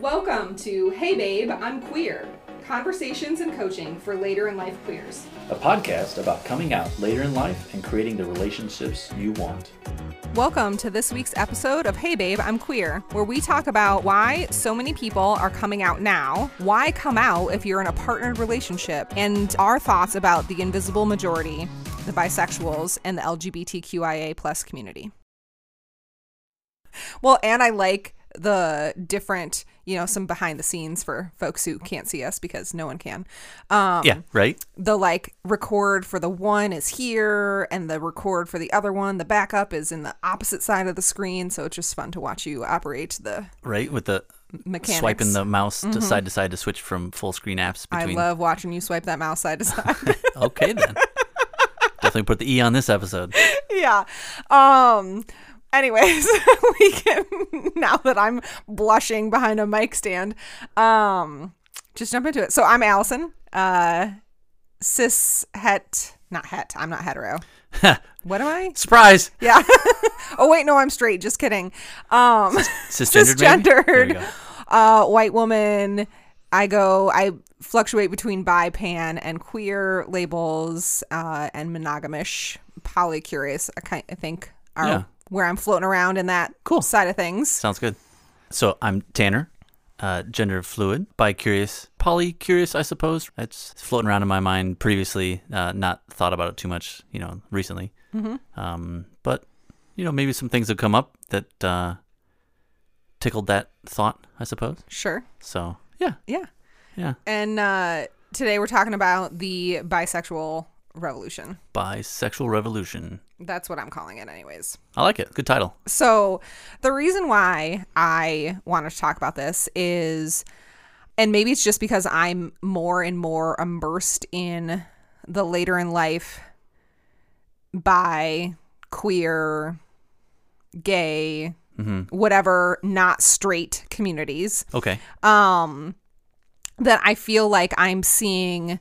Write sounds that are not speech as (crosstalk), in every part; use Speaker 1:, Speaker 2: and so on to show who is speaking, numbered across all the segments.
Speaker 1: Welcome to Hey Babe, I'm Queer Conversations and Coaching for Later in Life Queers.
Speaker 2: a podcast about coming out later in life and creating the relationships you want.
Speaker 1: Welcome to this week's episode of Hey Babe, I'm Queer, where we talk about why so many people are coming out now, why come out if you're in a partnered relationship, and our thoughts about the invisible majority, the bisexuals, and the LGBTQIA plus community. Well, and I like the different, you know, some behind the scenes for folks who can't see us because no one can. Um,
Speaker 2: Yeah, right?
Speaker 1: the like record for the one is here and the record for the other one the backup is in the opposite side of the screen so it's just fun to watch you operate the
Speaker 3: right? With the
Speaker 1: mechanics Mm-hmm.
Speaker 3: swiping the mouse to side to side to switch from full screen apps
Speaker 1: i
Speaker 3: between.
Speaker 1: love watching you swipe that mouse side to side
Speaker 3: (laughs)
Speaker 1: (laughs)
Speaker 3: okay then. Definitely put the E on this episode.
Speaker 1: yeah um anyways (laughs) we can now that i'm blushing behind a mic stand um just jump into it so i'm allison uh cis het not het i'm not
Speaker 3: (laughs)
Speaker 1: hetero what am i
Speaker 3: Surprise!
Speaker 1: Yeah. oh wait, no, I'm straight. Just kidding.
Speaker 3: (laughs)
Speaker 1: Um, (laughs)
Speaker 3: Cisgendered. maybe? There we
Speaker 1: cisgendered,
Speaker 3: go.
Speaker 1: uh, white woman. I go. I fluctuate between bi, pan, and queer labels, uh, and monogamish, polycurious. I kind, I think are
Speaker 3: Yeah.
Speaker 1: where I'm floating around in that
Speaker 3: Cool.
Speaker 1: side of things.
Speaker 3: Sounds good. So I'm Tanner, uh, gender fluid, bi-curious, poly-curious, I suppose. That's floating around in my mind previously, uh, not thought about it too much, you know, recently. Mm-hmm. Um, but, you know, maybe some things have come up that uh, tickled that thought, I suppose.
Speaker 1: Sure.
Speaker 3: So, yeah,
Speaker 1: Yeah.
Speaker 3: yeah.
Speaker 1: And uh, today we're talking about the bisexual revolution.
Speaker 3: Bisexual Revolution.
Speaker 1: That's what I'm calling it, anyways.
Speaker 3: I like it. Good title.
Speaker 1: So, the reason why I wanted to talk about this is, and maybe it's just because I'm more and more immersed in the later in life by queer, gay, whatever, not straight communities
Speaker 3: Okay.
Speaker 1: that I feel like I'm seeing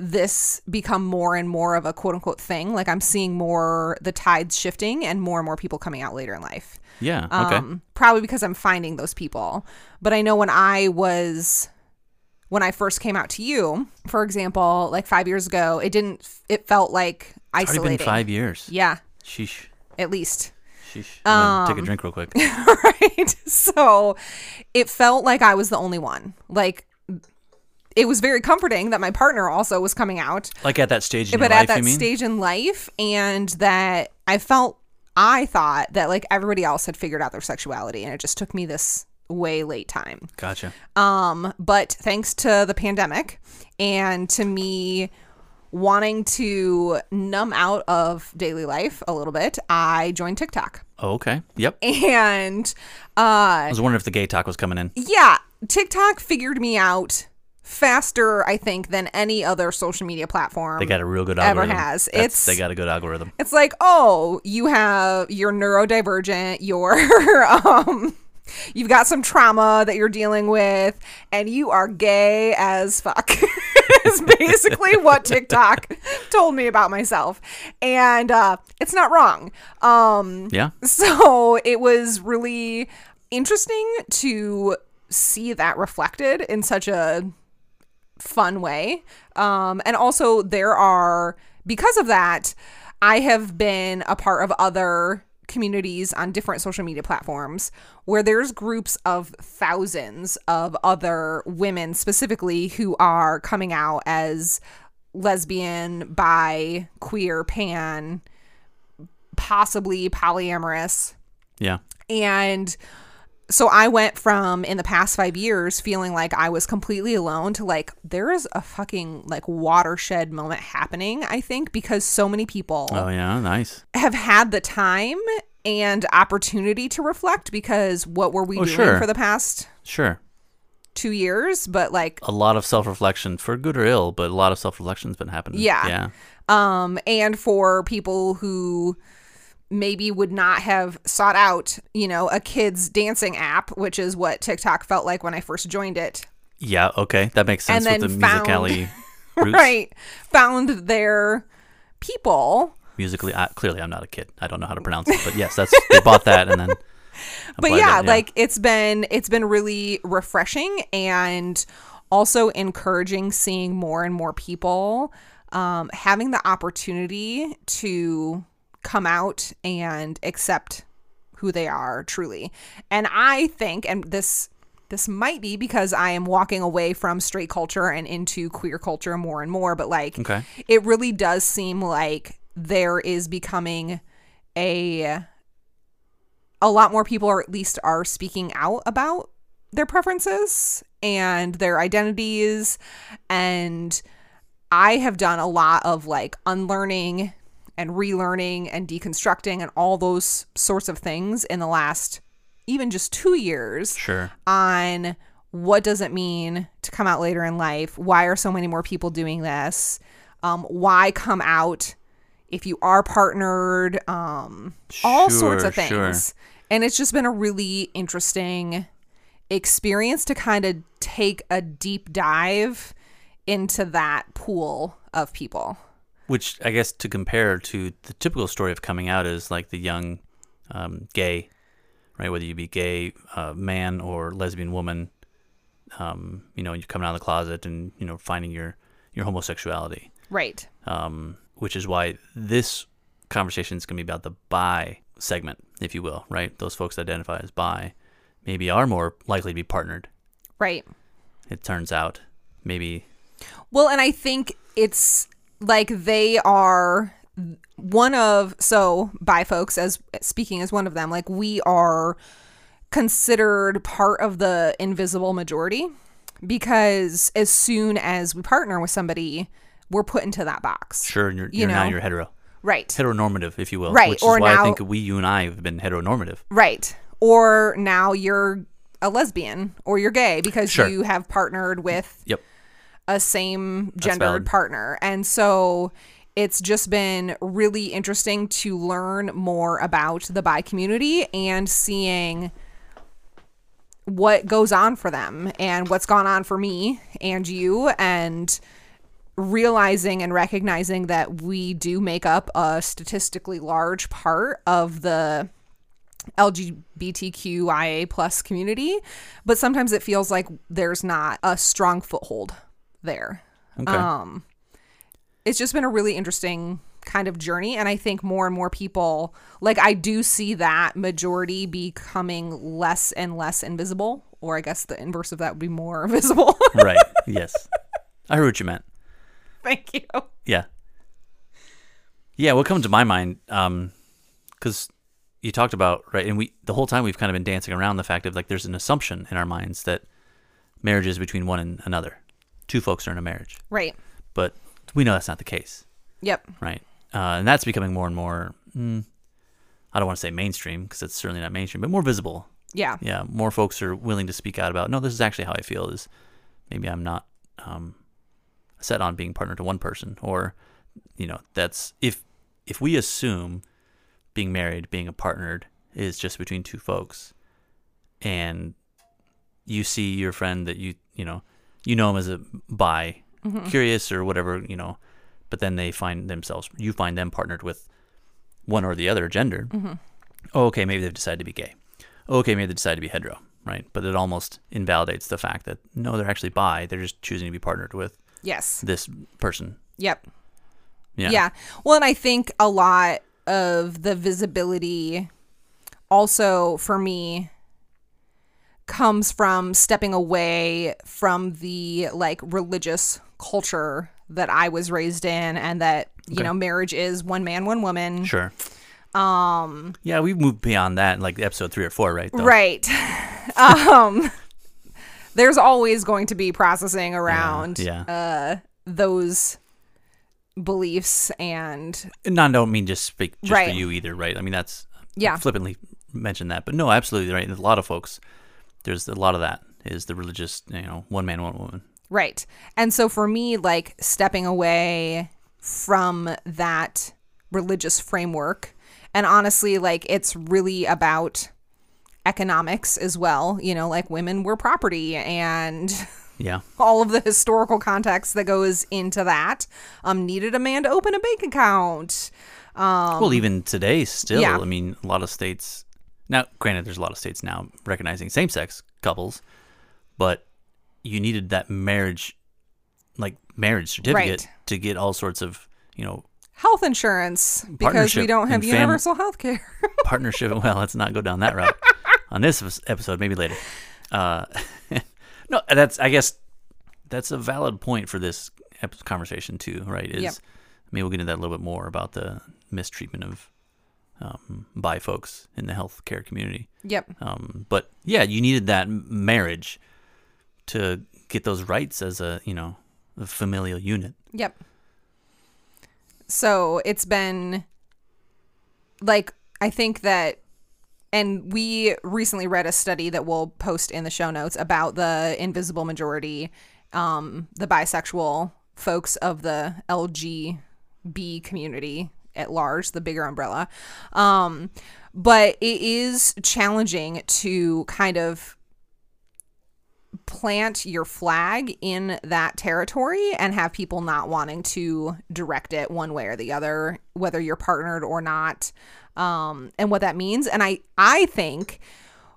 Speaker 1: this become more and more of a quote unquote thing. Like I'm seeing more the tides shifting and more and more people coming out later in life.
Speaker 3: Yeah. Okay.
Speaker 1: Um, Probably because I'm finding those people. But I know when I was, when I first came out to you, for example, like five years ago, it didn't, it felt like
Speaker 3: it's already
Speaker 1: isolating.
Speaker 3: been five years.
Speaker 1: Yeah,
Speaker 3: Sheesh.
Speaker 1: at least. (laughs)
Speaker 3: Sheesh. I'm
Speaker 1: um,
Speaker 3: gonna take a drink real quick.
Speaker 1: right? So it felt like I was the only one. Like it was very comforting that my partner also was coming out,
Speaker 3: Like at that stage
Speaker 1: (laughs)
Speaker 3: in
Speaker 1: but
Speaker 3: your life,
Speaker 1: at that
Speaker 3: you mean?
Speaker 1: stage in life, and that I felt, I thought that like everybody else had figured out their sexuality, and it just took me this way late time.
Speaker 3: gotcha.
Speaker 1: Um, but thanks to the pandemic and to me wanting to numb out of daily life a little bit, I joined TikTok.
Speaker 3: Oh, okay. Yep.
Speaker 1: And uh
Speaker 3: I was wondering if the gay talk was coming in.
Speaker 1: yeah, TikTok figured me out faster, I think, than any other social media platform.
Speaker 3: They got a real good
Speaker 1: Ever
Speaker 3: algorithm.
Speaker 1: has.
Speaker 3: That's-
Speaker 1: It's-
Speaker 3: they got a good algorithm.
Speaker 1: it's like, oh, you have you're neurodivergent, you're (laughs) um you've got some trauma that you're dealing with, and you are gay as fuck. (laughs) is basically what TikTok (laughs) told me about myself. And uh it's not wrong. Um
Speaker 3: Yeah.
Speaker 1: so it was really interesting to see that reflected in such a fun way. Um, and also, there are, because of that, I have been a part of other communities on different social media platforms where there's groups of thousands of other women specifically who are coming out as lesbian, bi, queer, pan, possibly polyamorous.
Speaker 3: Yeah.
Speaker 1: And so I went from in the past five years feeling like I was completely alone to like there is a fucking like watershed moment happening, I think, because so many people
Speaker 3: Oh yeah. Nice.
Speaker 1: have had the time and opportunity to reflect because what were we
Speaker 3: Oh,
Speaker 1: doing
Speaker 3: sure.
Speaker 1: for the past
Speaker 3: Sure.
Speaker 1: two years? But like
Speaker 3: A lot of self-reflection for good or ill, but a lot of self-reflection's been happening.
Speaker 1: Yeah.
Speaker 3: Yeah.
Speaker 1: um, and for people who maybe would not have sought out, you know, a kids dancing app, which is what TikTok felt like when I first joined it.
Speaker 3: Yeah. Okay. That makes
Speaker 1: And
Speaker 3: sense with the
Speaker 1: then found- (laughs)
Speaker 3: musically roots.
Speaker 1: Right. Found their people.
Speaker 3: Musically, I, clearly, I'm not a kid. I don't know how to pronounce it, but yes, that's they bought that and then
Speaker 1: but
Speaker 3: glad
Speaker 1: yeah,
Speaker 3: that- yeah.
Speaker 1: like it's been it's been really refreshing and also encouraging seeing more and more people um, having the opportunity to come out and accept who they are truly and i think and this this might be because i am walking away from straight culture and into queer culture more and more but like
Speaker 3: Okay.
Speaker 1: it really does seem like there is becoming a a lot more people are at least are speaking out about their preferences and their identities and i have done a lot of like unlearning and relearning and deconstructing and all those sorts of things in the last even just 2 years
Speaker 3: Sure.
Speaker 1: on what does it mean to come out later in life? Why are so many more people doing this? Um, why come out if you are partnered? Um, all sorts
Speaker 3: Sure,
Speaker 1: of things.
Speaker 3: sure.
Speaker 1: And it's just been a really interesting experience to kind of take a deep dive into that pool of people.
Speaker 3: Which I guess to compare to the typical story of coming out is like the young um, gay, right? Whether you be gay uh, man or lesbian woman, um, you know, you're coming out of the closet and you know finding your your homosexuality,
Speaker 1: Right.
Speaker 3: um, which is why this conversation is going to be about the bi segment, if you will, right? Those folks that identify as bi maybe are more likely to be partnered.
Speaker 1: Right.
Speaker 3: It turns out maybe
Speaker 1: Well, and I think it's like they are one of so by folks as speaking as one of them like we are considered part of the invisible majority because as soon as we partner with somebody we're put into that box
Speaker 3: sure you're,
Speaker 1: You
Speaker 3: you're now
Speaker 1: know.
Speaker 3: you're hetero.
Speaker 1: right
Speaker 3: heteronormative, if you will.
Speaker 1: Right,
Speaker 3: Which
Speaker 1: or
Speaker 3: is why
Speaker 1: now-
Speaker 3: I think we, you, and I have been heteronormative.
Speaker 1: right or now you're a lesbian or you're gay because
Speaker 3: Sure.
Speaker 1: you have partnered with
Speaker 3: Yep.
Speaker 1: a same gendered
Speaker 3: valid.
Speaker 1: partner. And so it's just been really interesting to learn more about the bi community and seeing what goes on for them and what's gone on for me and you and realizing and recognizing that we do make up a statistically large part of the LGBTQIA plus community, but sometimes it feels like there's not a strong foothold there.
Speaker 3: Okay.
Speaker 1: Um, it's just been a really interesting kind of journey, and I think more and more people like I do see that majority becoming less and less invisible, or I guess the inverse of that would be more (laughs) visible.
Speaker 3: (laughs) right. Yes. I heard what you meant.
Speaker 1: Thank you.
Speaker 3: Yeah. Yeah. What comes to my mind, because you talked about right, and we the whole time we've kind of been dancing around the fact of like there's an assumption in our minds that marriage is between one and another, two folks are in a marriage,
Speaker 1: Right.
Speaker 3: but we know that's not the case.
Speaker 1: Yep.
Speaker 3: right? Uh, and that's becoming more and more. Mm, I don't want to say mainstream because it's certainly not mainstream, but more visible.
Speaker 1: Yeah.
Speaker 3: Yeah, more folks are willing to speak out about. No, this is actually how I feel. Is maybe I'm not um, set on being partnered to one person, or you know, that's if if we assume being married, being a partnered is just between two folks, and you see your friend that you you know you know him as a bi curious or whatever you know but then they find themselves you find them partnered with one or the other gender oh, okay maybe they've decided to be gay oh, okay maybe they decide to be hetero right but it almost invalidates the fact that no they're actually bi they're just choosing to be partnered with
Speaker 1: Yes.
Speaker 3: this person
Speaker 1: Yep.
Speaker 3: yeah
Speaker 1: Yeah. Well, and I think a lot of the visibility also for me comes from stepping away from the like religious culture that I was raised in and that, you
Speaker 3: Okay.
Speaker 1: know, marriage is one man, one woman.
Speaker 3: sure um yeah we've moved beyond that like episode three or four right
Speaker 1: (laughs)
Speaker 3: though.
Speaker 1: Right. (laughs) um there's always going to be processing around
Speaker 3: yeah
Speaker 1: those beliefs and
Speaker 3: and I don't mean just speak just
Speaker 1: Right.
Speaker 3: for you either, right? I mean that's uh,
Speaker 1: Yeah.
Speaker 3: flippantly mentioned that, but no, absolutely right. There's a lot of folks. There's a lot of that is the religious, you know, one man, one woman.
Speaker 1: Right. And so for me, like stepping away from that religious framework, and honestly, like it's really about economics as well. You know, like women were property and (laughs)
Speaker 3: Yeah,
Speaker 1: all of the historical context that goes into that. Um, needed a man to open a bank account.
Speaker 3: well, even today, still,
Speaker 1: Um, yeah.
Speaker 3: I mean, a lot of states Now, granted, there's a lot of states now recognizing same sex couples, but you needed that marriage, like marriage certificate,
Speaker 1: Right.
Speaker 3: to get all sorts of, you know,
Speaker 1: Health insurance because we
Speaker 3: Partnership
Speaker 1: don't have
Speaker 3: and fam-
Speaker 1: universal health care.
Speaker 3: partnership. (laughs) well, let's not go down that route on this episode, maybe later. Uh, (laughs) no, that's, I guess, that's a valid point for this ep- conversation, too, right? Is
Speaker 1: Yep.
Speaker 3: maybe we'll get into that a little bit more about the mistreatment of um, bi folks in the healthcare community.
Speaker 1: (laughs) yep.
Speaker 3: Um, but yeah, you needed that m- marriage to get those rights as a you know a familial unit.
Speaker 1: Yep. So it's been like I think that and we recently read a study that we'll post in the show notes about the invisible majority, um, the bisexual folks of the LGB community at large, the bigger umbrella. Um, but it is challenging to kind of plant your flag in that territory and have people not wanting to direct it one way or the other whether you're partnered or not um, and what that means and i i think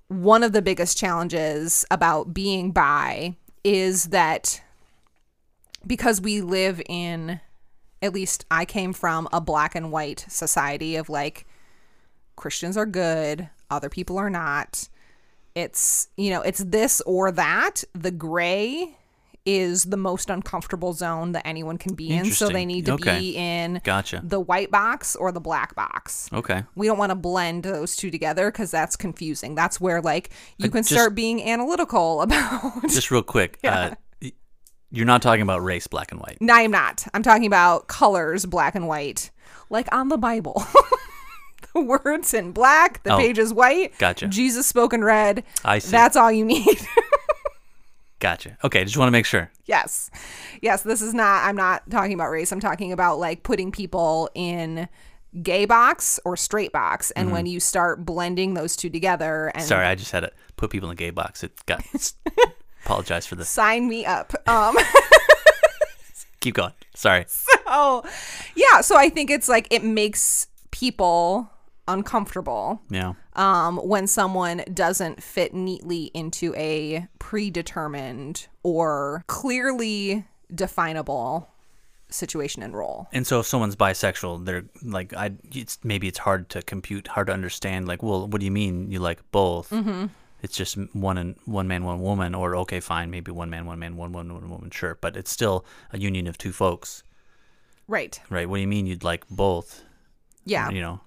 Speaker 1: one of the biggest challenges about being bi is that because we live in at least i came from a black and white society of like christians are good other people are not it's you know it's this or that the gray is the most uncomfortable zone that anyone can be in so they
Speaker 3: Interesting.
Speaker 1: need to
Speaker 3: Okay.
Speaker 1: be in
Speaker 3: Gotcha.
Speaker 1: the white box or the black box
Speaker 3: Okay.
Speaker 1: we don't want to blend those two together because that's confusing that's where like you
Speaker 3: Uh,
Speaker 1: can
Speaker 3: just-
Speaker 1: start being analytical (laughs) about
Speaker 3: Just real quick, uh, y- you're not talking about race, black and white.
Speaker 1: no i'm not i'm talking about colors black and white like on the bible (laughs) the words in black the
Speaker 3: Oh,
Speaker 1: page is white
Speaker 3: gotcha.
Speaker 1: jesus spoken red
Speaker 3: I see.
Speaker 1: that's all you need (laughs)
Speaker 3: Gotcha. Okay, just want to make sure.
Speaker 1: Yes. Yes, this is not I'm not talking about race. I'm talking about like putting people in gay box or straight box and when you start blending those two together and
Speaker 3: Mm-hmm. Sorry, I just had to put people in the gay box. It (laughs) got. apologize for this.
Speaker 1: sign me up. Um
Speaker 3: Keep going. Sorry.
Speaker 1: oh yeah, so I think it's like it makes people uncomfortable
Speaker 3: Yeah.
Speaker 1: um when someone doesn't fit neatly into a predetermined or clearly definable situation and role.
Speaker 3: And so if someone's bisexual, they're like, I. It's maybe it's hard to compute, hard to understand. Like, well, what do you mean you like both? Mm-hmm. It's just one and one man, one woman, or okay, fine, maybe one man, one man, one woman, one woman, sure, but it's still a union of two folks,
Speaker 1: Right.
Speaker 3: right? What do you mean you'd like both?
Speaker 1: Yeah.
Speaker 3: You know,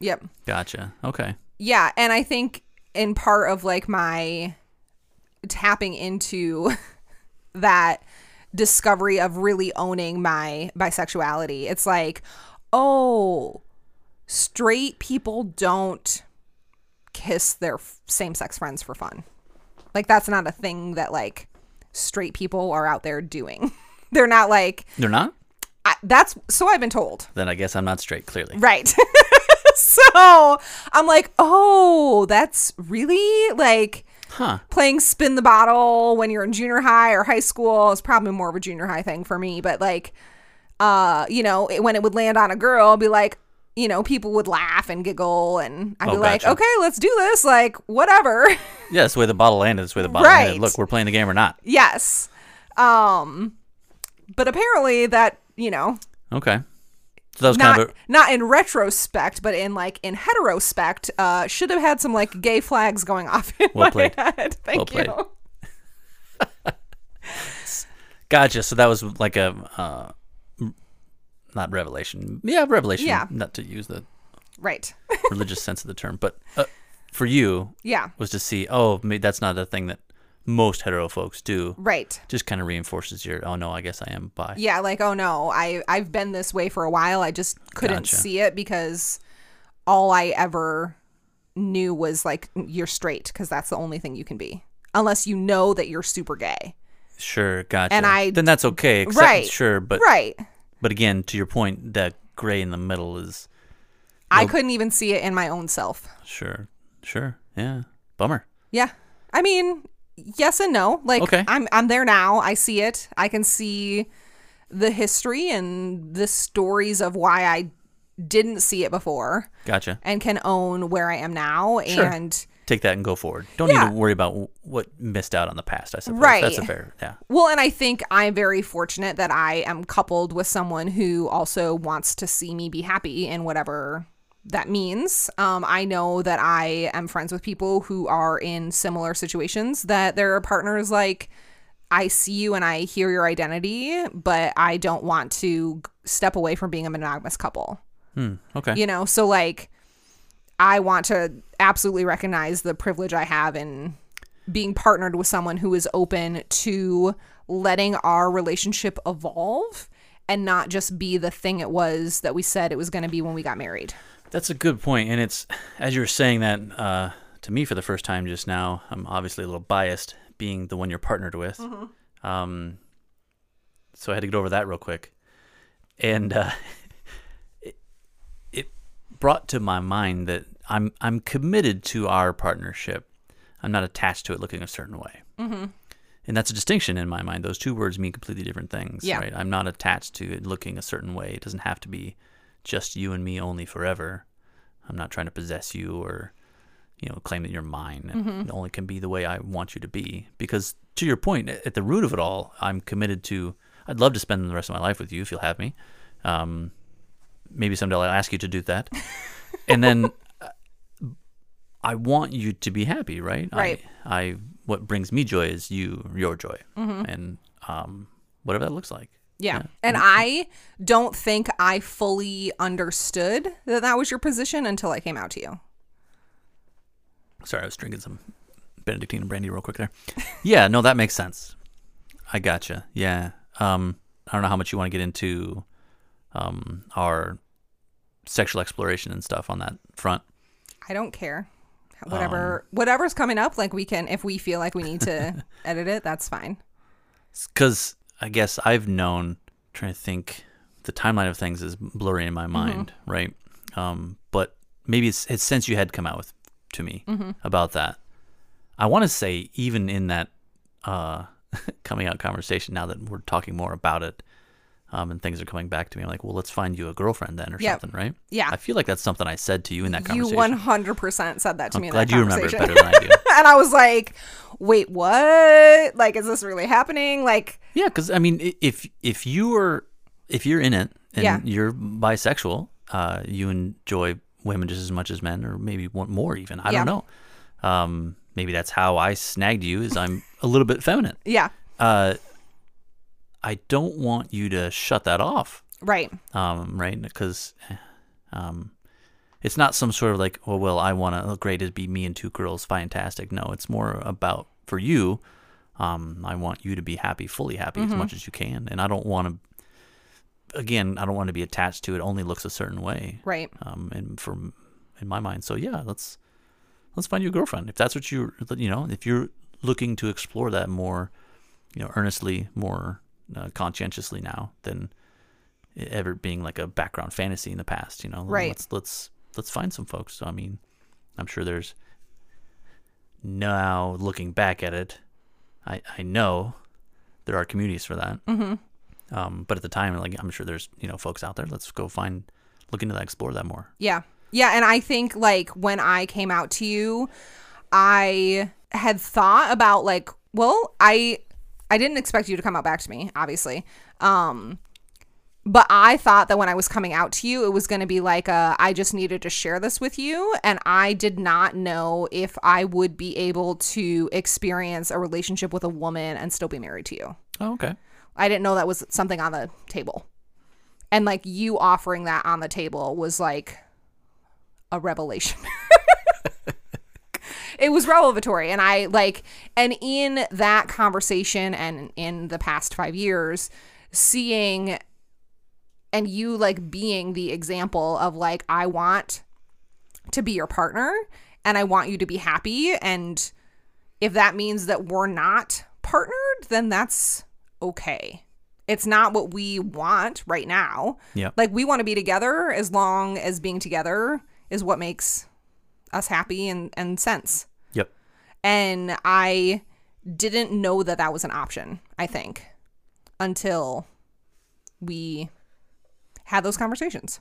Speaker 1: Yep.
Speaker 3: gotcha. Okay,
Speaker 1: yeah and i think in part of like my tapping into (laughs) that discovery of really owning my bisexuality it's like oh straight people don't kiss their f- same-sex friends for fun like that's not a thing that like straight people are out there doing (laughs) they're not like
Speaker 3: they're not.
Speaker 1: I, that's so i've been told
Speaker 3: Then I guess I'm not straight. Clearly,
Speaker 1: Right. (laughs) so I'm like, oh, that's really like
Speaker 3: huh?
Speaker 1: playing spin the bottle when you're in junior high or high school is probably more of a junior high thing for me, but like, uh, you know, it, when it would land on a girl, I'd be like, you know, people would laugh and giggle, and I'd
Speaker 3: Oh,
Speaker 1: be like,
Speaker 3: gotcha.
Speaker 1: okay, let's do this, like, whatever. (laughs)
Speaker 3: Yeah, that's the way the bottle landed. That's the way the bottle
Speaker 1: Right.
Speaker 3: landed. Look, we're playing the game or not.
Speaker 1: yes. Um, but apparently that, you know,
Speaker 3: Okay. So that was
Speaker 1: not
Speaker 3: kind of a,
Speaker 1: not in retrospect, but in like in heterospect, uh, should have had some like gay flags going (laughs) off in
Speaker 3: Well
Speaker 1: my
Speaker 3: played.
Speaker 1: head. Thank
Speaker 3: Well
Speaker 1: you.
Speaker 3: played. gotcha. So that was like a uh, not revelation. Yeah, revelation.
Speaker 1: Yeah.
Speaker 3: Not to use the
Speaker 1: Right.
Speaker 3: religious sense of the term, but uh, for you
Speaker 1: Yeah.
Speaker 3: was to see. Oh, maybe that's not a thing that most hetero folks do.
Speaker 1: Right.
Speaker 3: Just kind of reinforces your. Oh no, I guess I am bi.
Speaker 1: Yeah. Like, oh no, I I've been this way for a while. I just couldn't
Speaker 3: Gotcha.
Speaker 1: see it because all I ever knew was like you're straight because that's the only thing you can be unless you know that you're super gay.
Speaker 3: Sure, gotcha.
Speaker 1: And I-
Speaker 3: then that's okay. Except,
Speaker 1: Right.
Speaker 3: Sure, but
Speaker 1: right.
Speaker 3: but again, to your point, that gray in the middle is
Speaker 1: I couldn't even see it in my own self.
Speaker 3: sure, sure. Yeah, bummer.
Speaker 1: Yeah. I mean, yes and no. Like
Speaker 3: Okay.
Speaker 1: I'm I'm there now. I see it. I can see the history and the stories of why I didn't see it before
Speaker 3: Gotcha.
Speaker 1: and can own where I am now
Speaker 3: Sure.
Speaker 1: and
Speaker 3: Take that and go forward. Don't
Speaker 1: Yeah.
Speaker 3: need to worry about w- what missed out on the past. I suppose
Speaker 1: Right.
Speaker 3: that's a fair. Yeah.
Speaker 1: Well, and I think I'm very fortunate that I am coupled with someone who also wants to see me be happy in whatever that means. Um, I know that I am friends with people who are in similar situations, that their partner is like, I see you and I hear your identity, but I don't want to g- step away from being a monogamous couple.
Speaker 3: Hmm. Okay.
Speaker 1: You know, so like, I want to absolutely recognize the privilege I have in being partnered with someone who is open to letting our relationship evolve and not just be the thing it was that we said it was going to be when we got married.
Speaker 3: That's a good point, and it's as you were saying that uh, to me for the first time just now. I'm obviously a little biased, being the one you're partnered with.
Speaker 1: Mm-hmm.
Speaker 3: Um, so I had to get over that real quick, and uh, (laughs) it, it brought to my mind that I'm I'm committed to our partnership. I'm not attached to it looking a certain way, mm-hmm. and that's a distinction in my mind. Those two words mean completely different things.
Speaker 1: Yeah.
Speaker 3: Right? I'm not attached to it looking a certain way. It doesn't have to be just you and me only forever. I'm not trying to possess you or, you know, claim that you're mine. It only can be the way I want you to be. Because to your point, at the root of it all, I'm committed to. I'd love to spend the rest of my life with you if you'll have me. Um, maybe someday I'll ask you to do that, and then uh, I want you to be happy, right?
Speaker 1: Right.
Speaker 3: I, I what brings me joy is you, your joy, and um, whatever that looks like.
Speaker 1: Yeah. And I don't think I fully understood that that was your position until I came out to you.
Speaker 3: Sorry, I was drinking some Benedictine brandy real quick there. Yeah, no, that makes sense. I gotcha. Yeah. Um, I don't know how much you want to get into um, our sexual exploration and stuff on that front.
Speaker 1: I don't care. Whatever whatever's coming up like we can if we feel like we need to edit it, that's fine.
Speaker 3: Because I guess I've known, trying to think, the timeline of things is blurry in my
Speaker 1: Mm-hmm.
Speaker 3: mind, right? Um, but maybe it's, it's since you had come out with to me
Speaker 1: Mm-hmm.
Speaker 3: about that. I want to say, even in that uh, (laughs) coming out conversation, now that we're talking more about it um, and things are coming back to me, I'm like, well, let's find you a girlfriend then or
Speaker 1: Yep.
Speaker 3: something, right?
Speaker 1: Yeah.
Speaker 3: I feel like that's something I said to you in that
Speaker 1: You
Speaker 3: conversation.
Speaker 1: 100% said that to
Speaker 3: I'm
Speaker 1: me in
Speaker 3: glad
Speaker 1: that
Speaker 3: you remember
Speaker 1: conversation.
Speaker 3: it better than I do.
Speaker 1: (laughs) and I was like, "Wait, what? Like is this really happening?" Like
Speaker 3: Yeah, because I mean, i- if if you are if you're in it and
Speaker 1: Yeah.
Speaker 3: you're bisexual, uh, you enjoy women just as much as men, or maybe want more even. I
Speaker 1: Yeah.
Speaker 3: don't know. Um, maybe that's how I snagged you. Is I'm a little bit feminine.
Speaker 1: yeah,
Speaker 3: Uh, I don't want you to shut that off,
Speaker 1: right.
Speaker 3: um, right? Because um, it's not some sort of like, well, well, I want to. Oh, great, it'd be me and two girls, fantastic. No, it's more about for you. Um, I want you to be happy, fully happy as much as you can, and I don't want to. Again, I don't want to be attached to it. Only looks a certain way,
Speaker 1: Right.
Speaker 3: um, and from in my mind, so yeah, let's let's find you a girlfriend if that's what you you know if you're looking to explore that more, you know, earnestly, more uh, conscientiously now than it ever being like a background fantasy in the past. You know,
Speaker 1: Right.
Speaker 3: Let's let's let's find some folks. So, I mean, I'm sure there's now looking back at it, I I know there are communities for that. Mm-hmm. Um, but at the time, like I'm sure there's you know folks out there. Let's go find, look into that, explore that more.
Speaker 1: Yeah. Yeah. And I think like when I came out to you, I had thought about like, well, I I didn't expect you to come out back to me, obviously. Um but I thought that when I was coming out to you, it was going to be like, uh, I just needed to share this with you. And I did not know if I would be able to experience a relationship with a woman and still be married to you.
Speaker 3: Oh, okay.
Speaker 1: I didn't know that was something on the table. And like you offering that on the table was like a revelation. (laughs) it was revelatory. And I like, and in that conversation and in the past five years, seeing and you like being the example of like, I want to be your partner and I want you to be happy. And if that means that we're not partnered, then that's okay. It's not what we want right now.
Speaker 3: Yeah.
Speaker 1: Like we want to be together as long as being together is what makes us happy and, and sense.
Speaker 3: Yep.
Speaker 1: And I didn't know that that was an option, I think, until we had those conversations.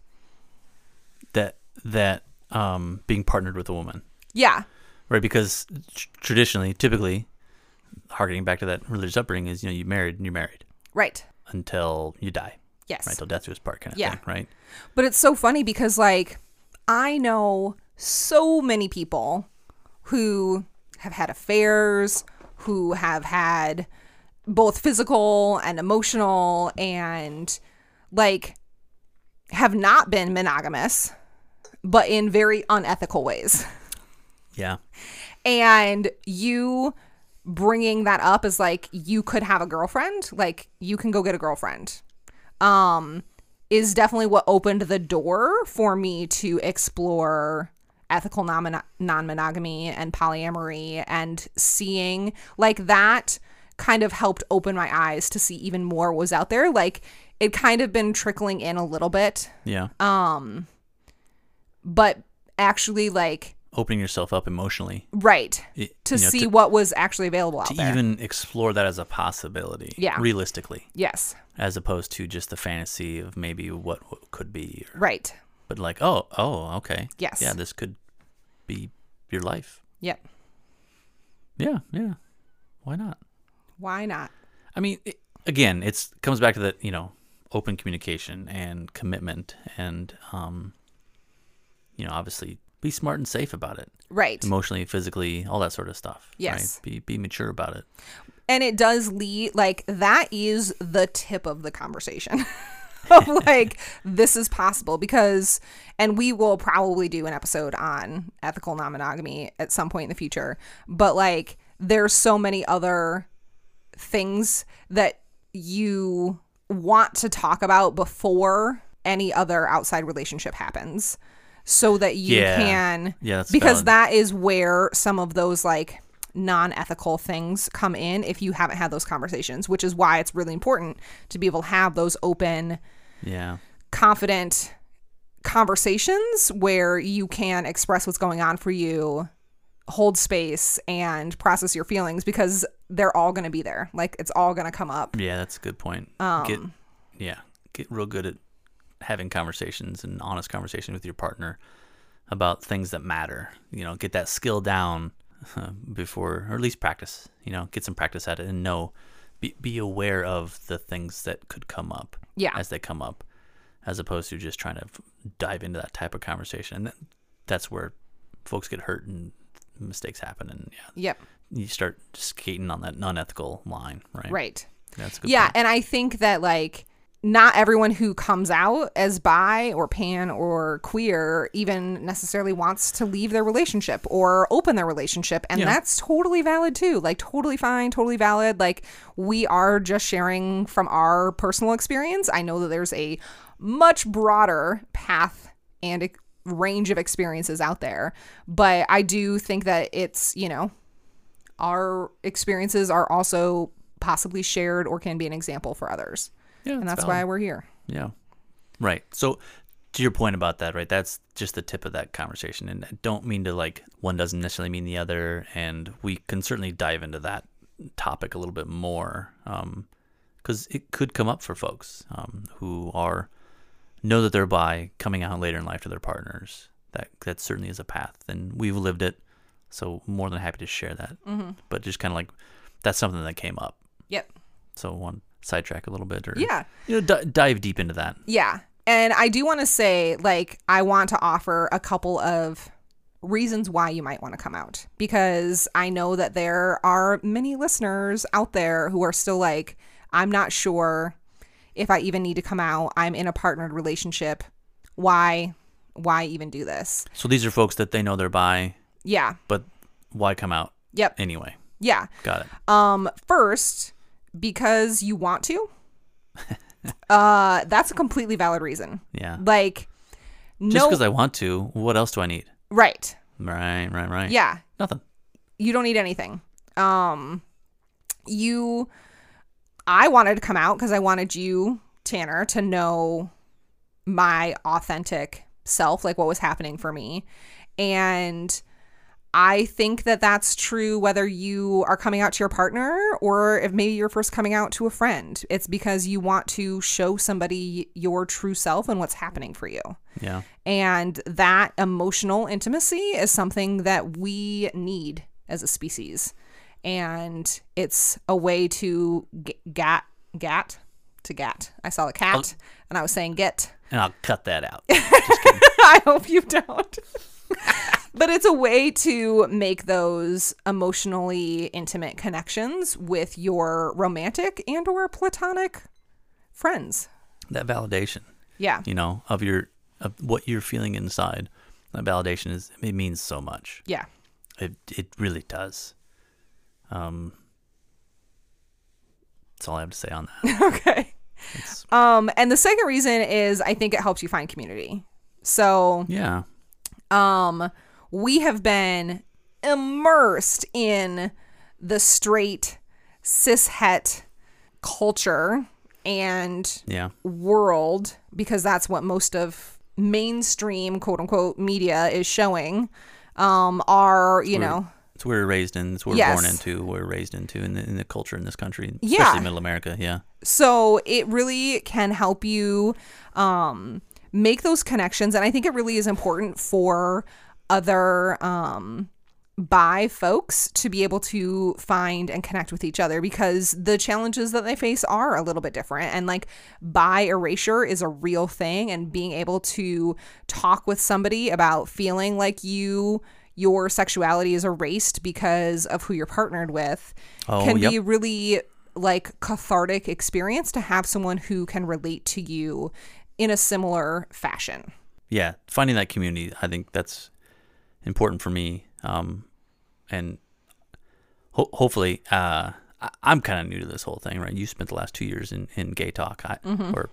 Speaker 3: that that um, being partnered with a woman,
Speaker 1: Yeah.
Speaker 3: right? Because tr- traditionally, typically, harkening back to that religious upbringing is you know you married and you're married
Speaker 1: Right.
Speaker 3: until you die,
Speaker 1: Yes.
Speaker 3: right? Till death do us part, kind of
Speaker 1: Yeah.
Speaker 3: thing, right?
Speaker 1: But it's so funny because like I know so many people who have had affairs, who have had both physical and emotional and like have not been monogamous but in very unethical ways.
Speaker 3: Yeah,
Speaker 1: And you bringing that up is like you could have a girlfriend, like you can go get a girlfriend. Um is definitely what opened the door for me to explore ethical non monogamy and polyamory and seeing like that kind of helped open my eyes to see even more was out there like it kind of been trickling in a little bit
Speaker 3: yeah.
Speaker 1: Um, but actually like
Speaker 3: Opening yourself up emotionally
Speaker 1: right
Speaker 3: i-
Speaker 1: to
Speaker 3: you know,
Speaker 1: see what was actually available out
Speaker 3: to,
Speaker 1: there
Speaker 3: even explore that as a possibility,
Speaker 1: Yeah.
Speaker 3: realistically,
Speaker 1: yes
Speaker 3: as opposed to just the fantasy of maybe what w- could be, or,
Speaker 1: Right.
Speaker 3: but like oh oh okay,
Speaker 1: Yes.
Speaker 3: yeah, this could be your life,
Speaker 1: Yep.
Speaker 3: yeah, yeah. Why not?
Speaker 1: Why not?
Speaker 3: I mean, it, again, it's comes back to the you know open communication and commitment, and um, you know, obviously, be smart and safe about it,
Speaker 1: Right.
Speaker 3: emotionally, physically, all that sort of stuff.
Speaker 1: Yes.
Speaker 3: right? be be mature about it.
Speaker 1: And it does lead like that is the tip of the conversation. (laughs) of like this is possible because and we will probably do an episode on ethical non-monogamy at some point in the future. But like there's so many other things that you want to talk about before any other outside relationship happens so that you
Speaker 3: Yeah.
Speaker 1: can
Speaker 3: Yeah, that's
Speaker 1: because
Speaker 3: valid.
Speaker 1: that is where some of those like non-ethical things come in if you haven't had those conversations which is why it's really important to be able to have those open
Speaker 3: Yeah,
Speaker 1: confident conversations where you can express what's going on for you hold space and process your feelings because they're all going to be there like it's all going to come up
Speaker 3: yeah, that's a good point. get yeah, get real good at having conversations and honest conversation with your partner about things that matter. You know, get that skill down uh, before, or at least practice. You know, get some practice at it and know, be be aware of the things that could come up.
Speaker 1: Yeah.
Speaker 3: as they come up, as opposed to just trying to f- dive into that type of conversation. And that, that's where folks get hurt and mistakes happen. And yeah,
Speaker 1: yep
Speaker 3: you start skating on that unethical line, right?
Speaker 1: right
Speaker 3: That's a good.
Speaker 1: yeah
Speaker 3: point.
Speaker 1: and i think that like not everyone who comes out as bi or pan or queer even necessarily wants to leave their relationship or open their relationship and
Speaker 3: Yeah.
Speaker 1: that's totally valid too like totally fine totally valid like we are just sharing from our personal experience i know that there's a much broader path and e- range of experiences out there but i do think that it's you know our experiences are also possibly shared or can be an example for others.
Speaker 3: Yeah,
Speaker 1: and
Speaker 3: it's
Speaker 1: that's
Speaker 3: valid.
Speaker 1: why we're here.
Speaker 3: Yeah. Right. So to your point about that, right? That's just the tip of that conversation. And I don't mean to like one doesn't necessarily mean the other. And we can certainly dive into that topic a little bit more because it could come up for folks um, who are know that they're by coming out later in life to their partners. That that certainly is a path, and we've lived it. So more than happy to share that. But just kind of like that's something that came up.
Speaker 1: Yep.
Speaker 3: So one sidetrack a little bit, or
Speaker 1: Yeah.
Speaker 3: you know, d- dive deep into that.
Speaker 1: Yeah. And I do want to say, like, I want to offer a couple of reasons why you might want to come out because I know that there are many listeners out there who are still like, I'm not sure if I even need to come out. I'm in a partnered relationship. Why? Why even do this?
Speaker 3: So these are folks that they know they're bi,
Speaker 1: Yeah.
Speaker 3: but why come out
Speaker 1: Yep.
Speaker 3: anyway?
Speaker 1: Yeah.
Speaker 3: Got it.
Speaker 1: Um, first, because you want
Speaker 3: (laughs)
Speaker 1: to. uh, that's a completely valid reason.
Speaker 3: Yeah.
Speaker 1: Like,
Speaker 3: Just
Speaker 1: no,
Speaker 3: because I want to, what else do I need?
Speaker 1: right?
Speaker 3: Right, right, right.
Speaker 1: Yeah,
Speaker 3: Nothing.
Speaker 1: you don't need anything. Um, you, I wanted to come out because I wanted you, Tanner, to know my authentic self, like what was happening for me, and I think that that's true whether you are coming out to your partner or if maybe you're first coming out to a friend. It's because you want to show somebody your true self and what's happening for you.
Speaker 3: Yeah.
Speaker 1: And that emotional intimacy is something that we need as a species. And it's a way to g- gat, gat, to gat. I saw the cat and I was saying get. (laughs)
Speaker 3: And I'll cut that out.
Speaker 1: I hope you don't. (laughs) but it's a way to make those emotionally intimate connections with your romantic and or platonic friends.
Speaker 3: that validation,
Speaker 1: Yeah.
Speaker 3: you know, of your of what you're feeling inside. That validation is it means so much.
Speaker 1: Yeah.
Speaker 3: It it really does. Um That's all I have to say on
Speaker 1: (laughs)
Speaker 3: that.
Speaker 1: Okay.
Speaker 3: It's-
Speaker 1: Um and the second reason is I think it helps you find community. So
Speaker 3: yeah.
Speaker 1: um we have been immersed in the straight cis het culture and
Speaker 3: Yeah.
Speaker 1: world because that's what most of mainstream quote unquote media is showing um are you
Speaker 3: We're-
Speaker 1: know
Speaker 3: It's what we're raised in. It's what we're born
Speaker 1: Yes.
Speaker 3: into. We're raised into in the, in the culture in this country,
Speaker 1: Yeah.
Speaker 3: especially Middle America. Yeah.
Speaker 1: so it really can help you um make those connections and i think it really is important for other um by folks to be able to find and connect with each other because the challenges that they face are a little bit different and like by erasure is a real thing and being able to talk with somebody about feeling like you your sexuality is erased because of who you're partnered with
Speaker 3: Oh,
Speaker 1: can
Speaker 3: yep.
Speaker 1: be really like cathartic experience to have someone who can relate to you in a similar fashion.
Speaker 3: yeah, finding that community, I think that's important for me. Um, and ho- hopefully, uh, I- I'm kind of new to this whole thing, right? You spent the last two years in, in gay talk, I, or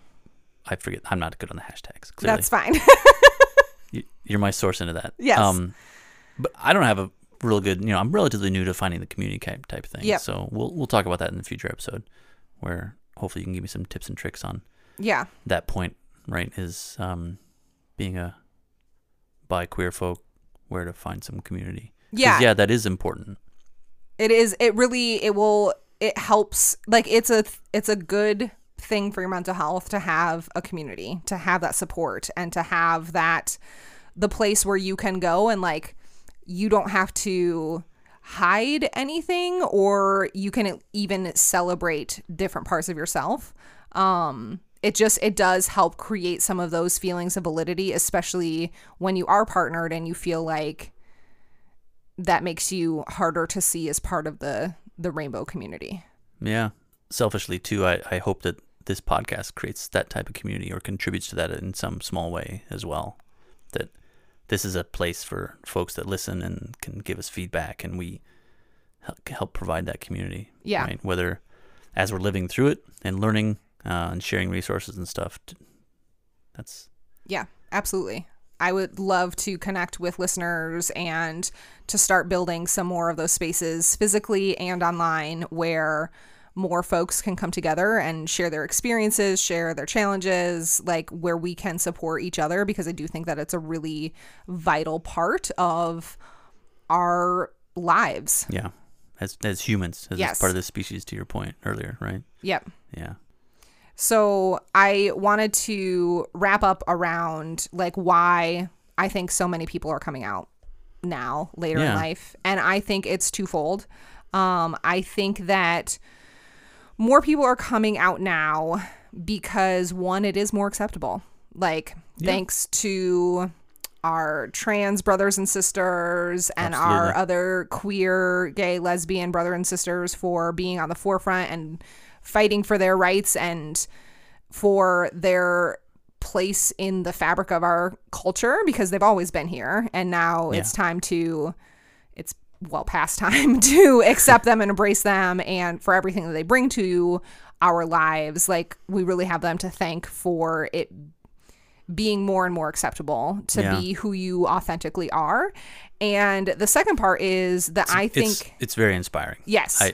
Speaker 3: I forget. I'm not good on the hashtags. Clearly,
Speaker 1: Mm-hmm. That's fine. (laughs)
Speaker 3: you, you're my source into that. Um,
Speaker 1: Yes.
Speaker 3: but I don't have a real good, you know, I'm relatively new to finding the community type type thing.
Speaker 1: Yep.
Speaker 3: So we'll we'll talk about that in the future episode, where hopefully you can give me some tips and tricks on
Speaker 1: yeah.
Speaker 3: that point, right, is um, being a by queer folk, where to find some community. 'Cause,
Speaker 1: Yeah.
Speaker 3: yeah, that is important.
Speaker 1: It is it really it will it helps like it's a it's a good thing for your mental health to have a community, to have that support and to have that the place where you can go and like you don't have to hide anything or you can even celebrate different parts of yourself um it just it does help create some of those feelings of validity especially when you are partnered and you feel like that makes you harder to see as part of the the rainbow community
Speaker 3: Yeah. Selfishly too, I, I hope that this podcast creates that type of community or contributes to that in some small way as well. That this is a place for folks that listen and can give us feedback, and we hel- help provide that community.
Speaker 1: Yeah.
Speaker 3: Right? Whether as we're living through it and learning uh, and sharing resources and stuff, t- that's
Speaker 1: Yeah, absolutely. I would love to connect with listeners and to start building some more of those spaces physically and online where more folks can come together and share their experiences, share their challenges, like where we can support each other because I do think that it's a really vital part of our lives.
Speaker 3: Yeah. As as humans, as
Speaker 1: Yes.
Speaker 3: part of the species to your point earlier, right?
Speaker 1: Yep.
Speaker 3: Yeah.
Speaker 1: So I wanted to wrap up around like why I think so many people are coming out now later in
Speaker 3: Yeah.
Speaker 1: life. And I think it's twofold. Um, I think that more people are coming out now because one, it is more acceptable. Like thanks to our trans brothers and sisters and our
Speaker 3: Absolutely.
Speaker 1: other queer, gay, lesbian brother and sisters for being on the forefront and fighting for their rights and for their place in the fabric of our culture because they've always been here and now it's time to it's well past time (laughs) to accept them and embrace them and for everything that they bring to our lives like we really have them to thank for it being more and more acceptable to
Speaker 3: Yeah.
Speaker 1: be who you authentically are and the second part is that i think
Speaker 3: it's it's very inspiring.
Speaker 1: yes
Speaker 3: I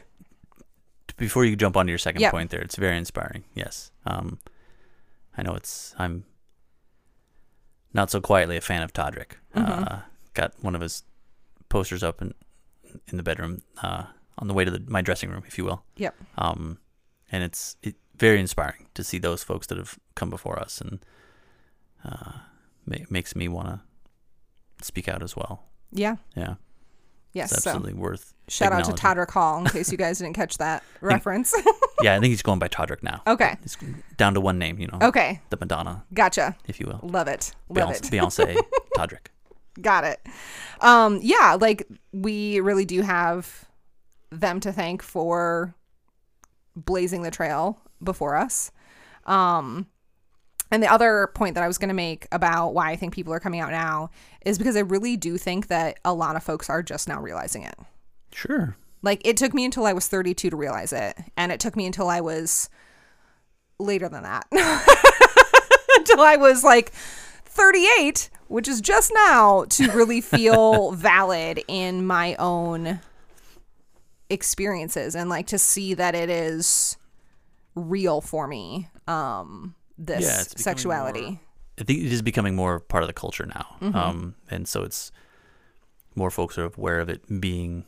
Speaker 3: before you jump onto your second
Speaker 1: Yeah.
Speaker 3: point there, it's very inspiring. Yes. Um I know it's I'm
Speaker 1: Mm-hmm.
Speaker 3: not so quietly a fan of Todrick. Uh got one of his posters up in in the bedroom uh, on the way to the, my dressing room, if you will.
Speaker 1: Yep.
Speaker 3: Um, and it's it, very inspiring to see those folks that have come before us, and uh, ma- makes me want to speak out as well.
Speaker 1: Yeah.
Speaker 3: Yeah,
Speaker 1: Yes.
Speaker 3: it's
Speaker 1: so
Speaker 3: absolutely worth.
Speaker 1: shout out to
Speaker 3: acknowledging.
Speaker 1: Todrick Hall in case you guys didn't catch
Speaker 3: (laughs)
Speaker 1: that reference.
Speaker 3: yeah, I think he's going by Todrick now.
Speaker 1: okay.
Speaker 3: It's down to one name, you know,
Speaker 1: Okay.
Speaker 3: the Madonna,
Speaker 1: Gotcha.
Speaker 3: if you will,
Speaker 1: Love it. Love it. (laughs)
Speaker 3: Beyonce, Beyonce Todrick.
Speaker 1: Got it. Um, yeah, like we really do have them to thank for blazing the trail before us. Um, and the other point that I was going to make about why I think people are coming out now is because I really do think that a lot of folks are just now realizing it.
Speaker 3: Sure.
Speaker 1: Like it took me until I was 32 to realize it, and it took me until I was later than that. (laughs) until I was like 38, which is just now to really
Speaker 3: (laughs)
Speaker 1: feel valid in my own experiences and like to see that it is real for me. Um this
Speaker 3: Yeah, it's becoming
Speaker 1: sexuality.
Speaker 3: more- I think it is becoming more part of the culture now. Um, and so it's more folks are aware of it being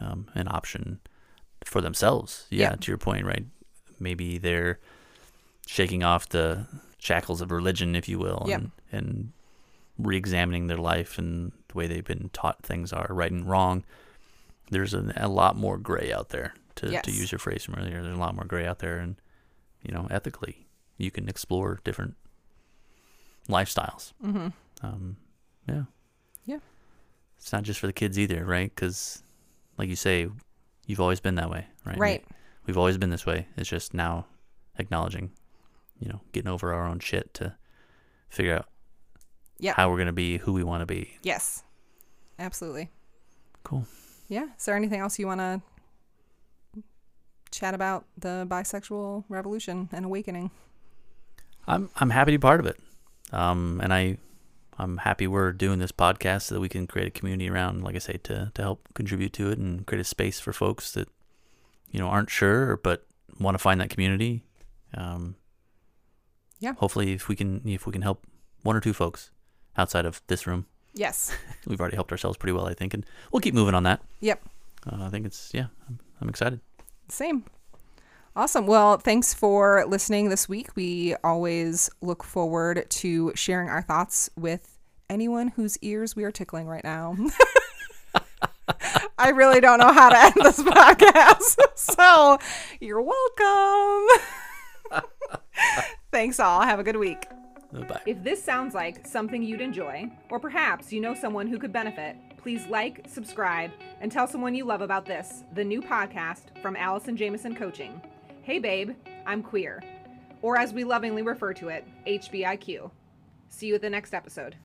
Speaker 3: um, an option for themselves. Yeah,
Speaker 1: Yeah.
Speaker 3: to your point, right? Maybe they're shaking off the shackles of religion, if you will,
Speaker 1: Yep.
Speaker 3: and, and re examining their life and the way they've been taught things are right and wrong. There's a, a lot more gray out there, to,
Speaker 1: Yes.
Speaker 3: to use your phrase from earlier. There's a lot more gray out there. And, you know, ethically, you can explore different lifestyles.
Speaker 1: Mhm.
Speaker 3: Um, yeah.
Speaker 1: Yeah.
Speaker 3: It's not just for the kids either, right? Because, like you say, you've always been that way, right?
Speaker 1: Right.
Speaker 3: We've always been this way. It's just now acknowledging, you know, getting over our own shit to figure out
Speaker 1: Yep.
Speaker 3: how we're going to be who we want to be.
Speaker 1: Yes. Absolutely.
Speaker 3: Cool.
Speaker 1: Yeah. Is there anything else you want to chat about the bisexual revolution and awakening?
Speaker 3: I'm I'm happy to be part of it. Um, and I I'm happy we're doing this podcast so that we can create a community around, like I say, to to help contribute to it and create a space for folks that you know aren't sure but want to find that community. Um,
Speaker 1: Yeah.
Speaker 3: Hopefully, if we can if we can help one or two folks outside of this room,
Speaker 1: Yes.
Speaker 3: we've already helped ourselves pretty well, I think, and we'll keep moving on that.
Speaker 1: (laughs) Yep.
Speaker 3: Uh, I think it's yeah, I'm, I'm excited.
Speaker 1: Same. Awesome. Well, thanks for listening this week. We always look forward to sharing our thoughts with anyone whose ears we are tickling right now. (laughs) I really don't know how to end this (laughs) podcast. So you're welcome. (laughs) thanks, all. Have a good week.
Speaker 3: Bye.
Speaker 1: If this sounds like something you'd enjoy, or perhaps you know someone who could benefit, please like, subscribe, and tell someone you love about this, the new podcast from Allison Jameson Coaching. Hey, babe, I'm queer. Or as we lovingly refer to it, HBIQ. See you at the next episode.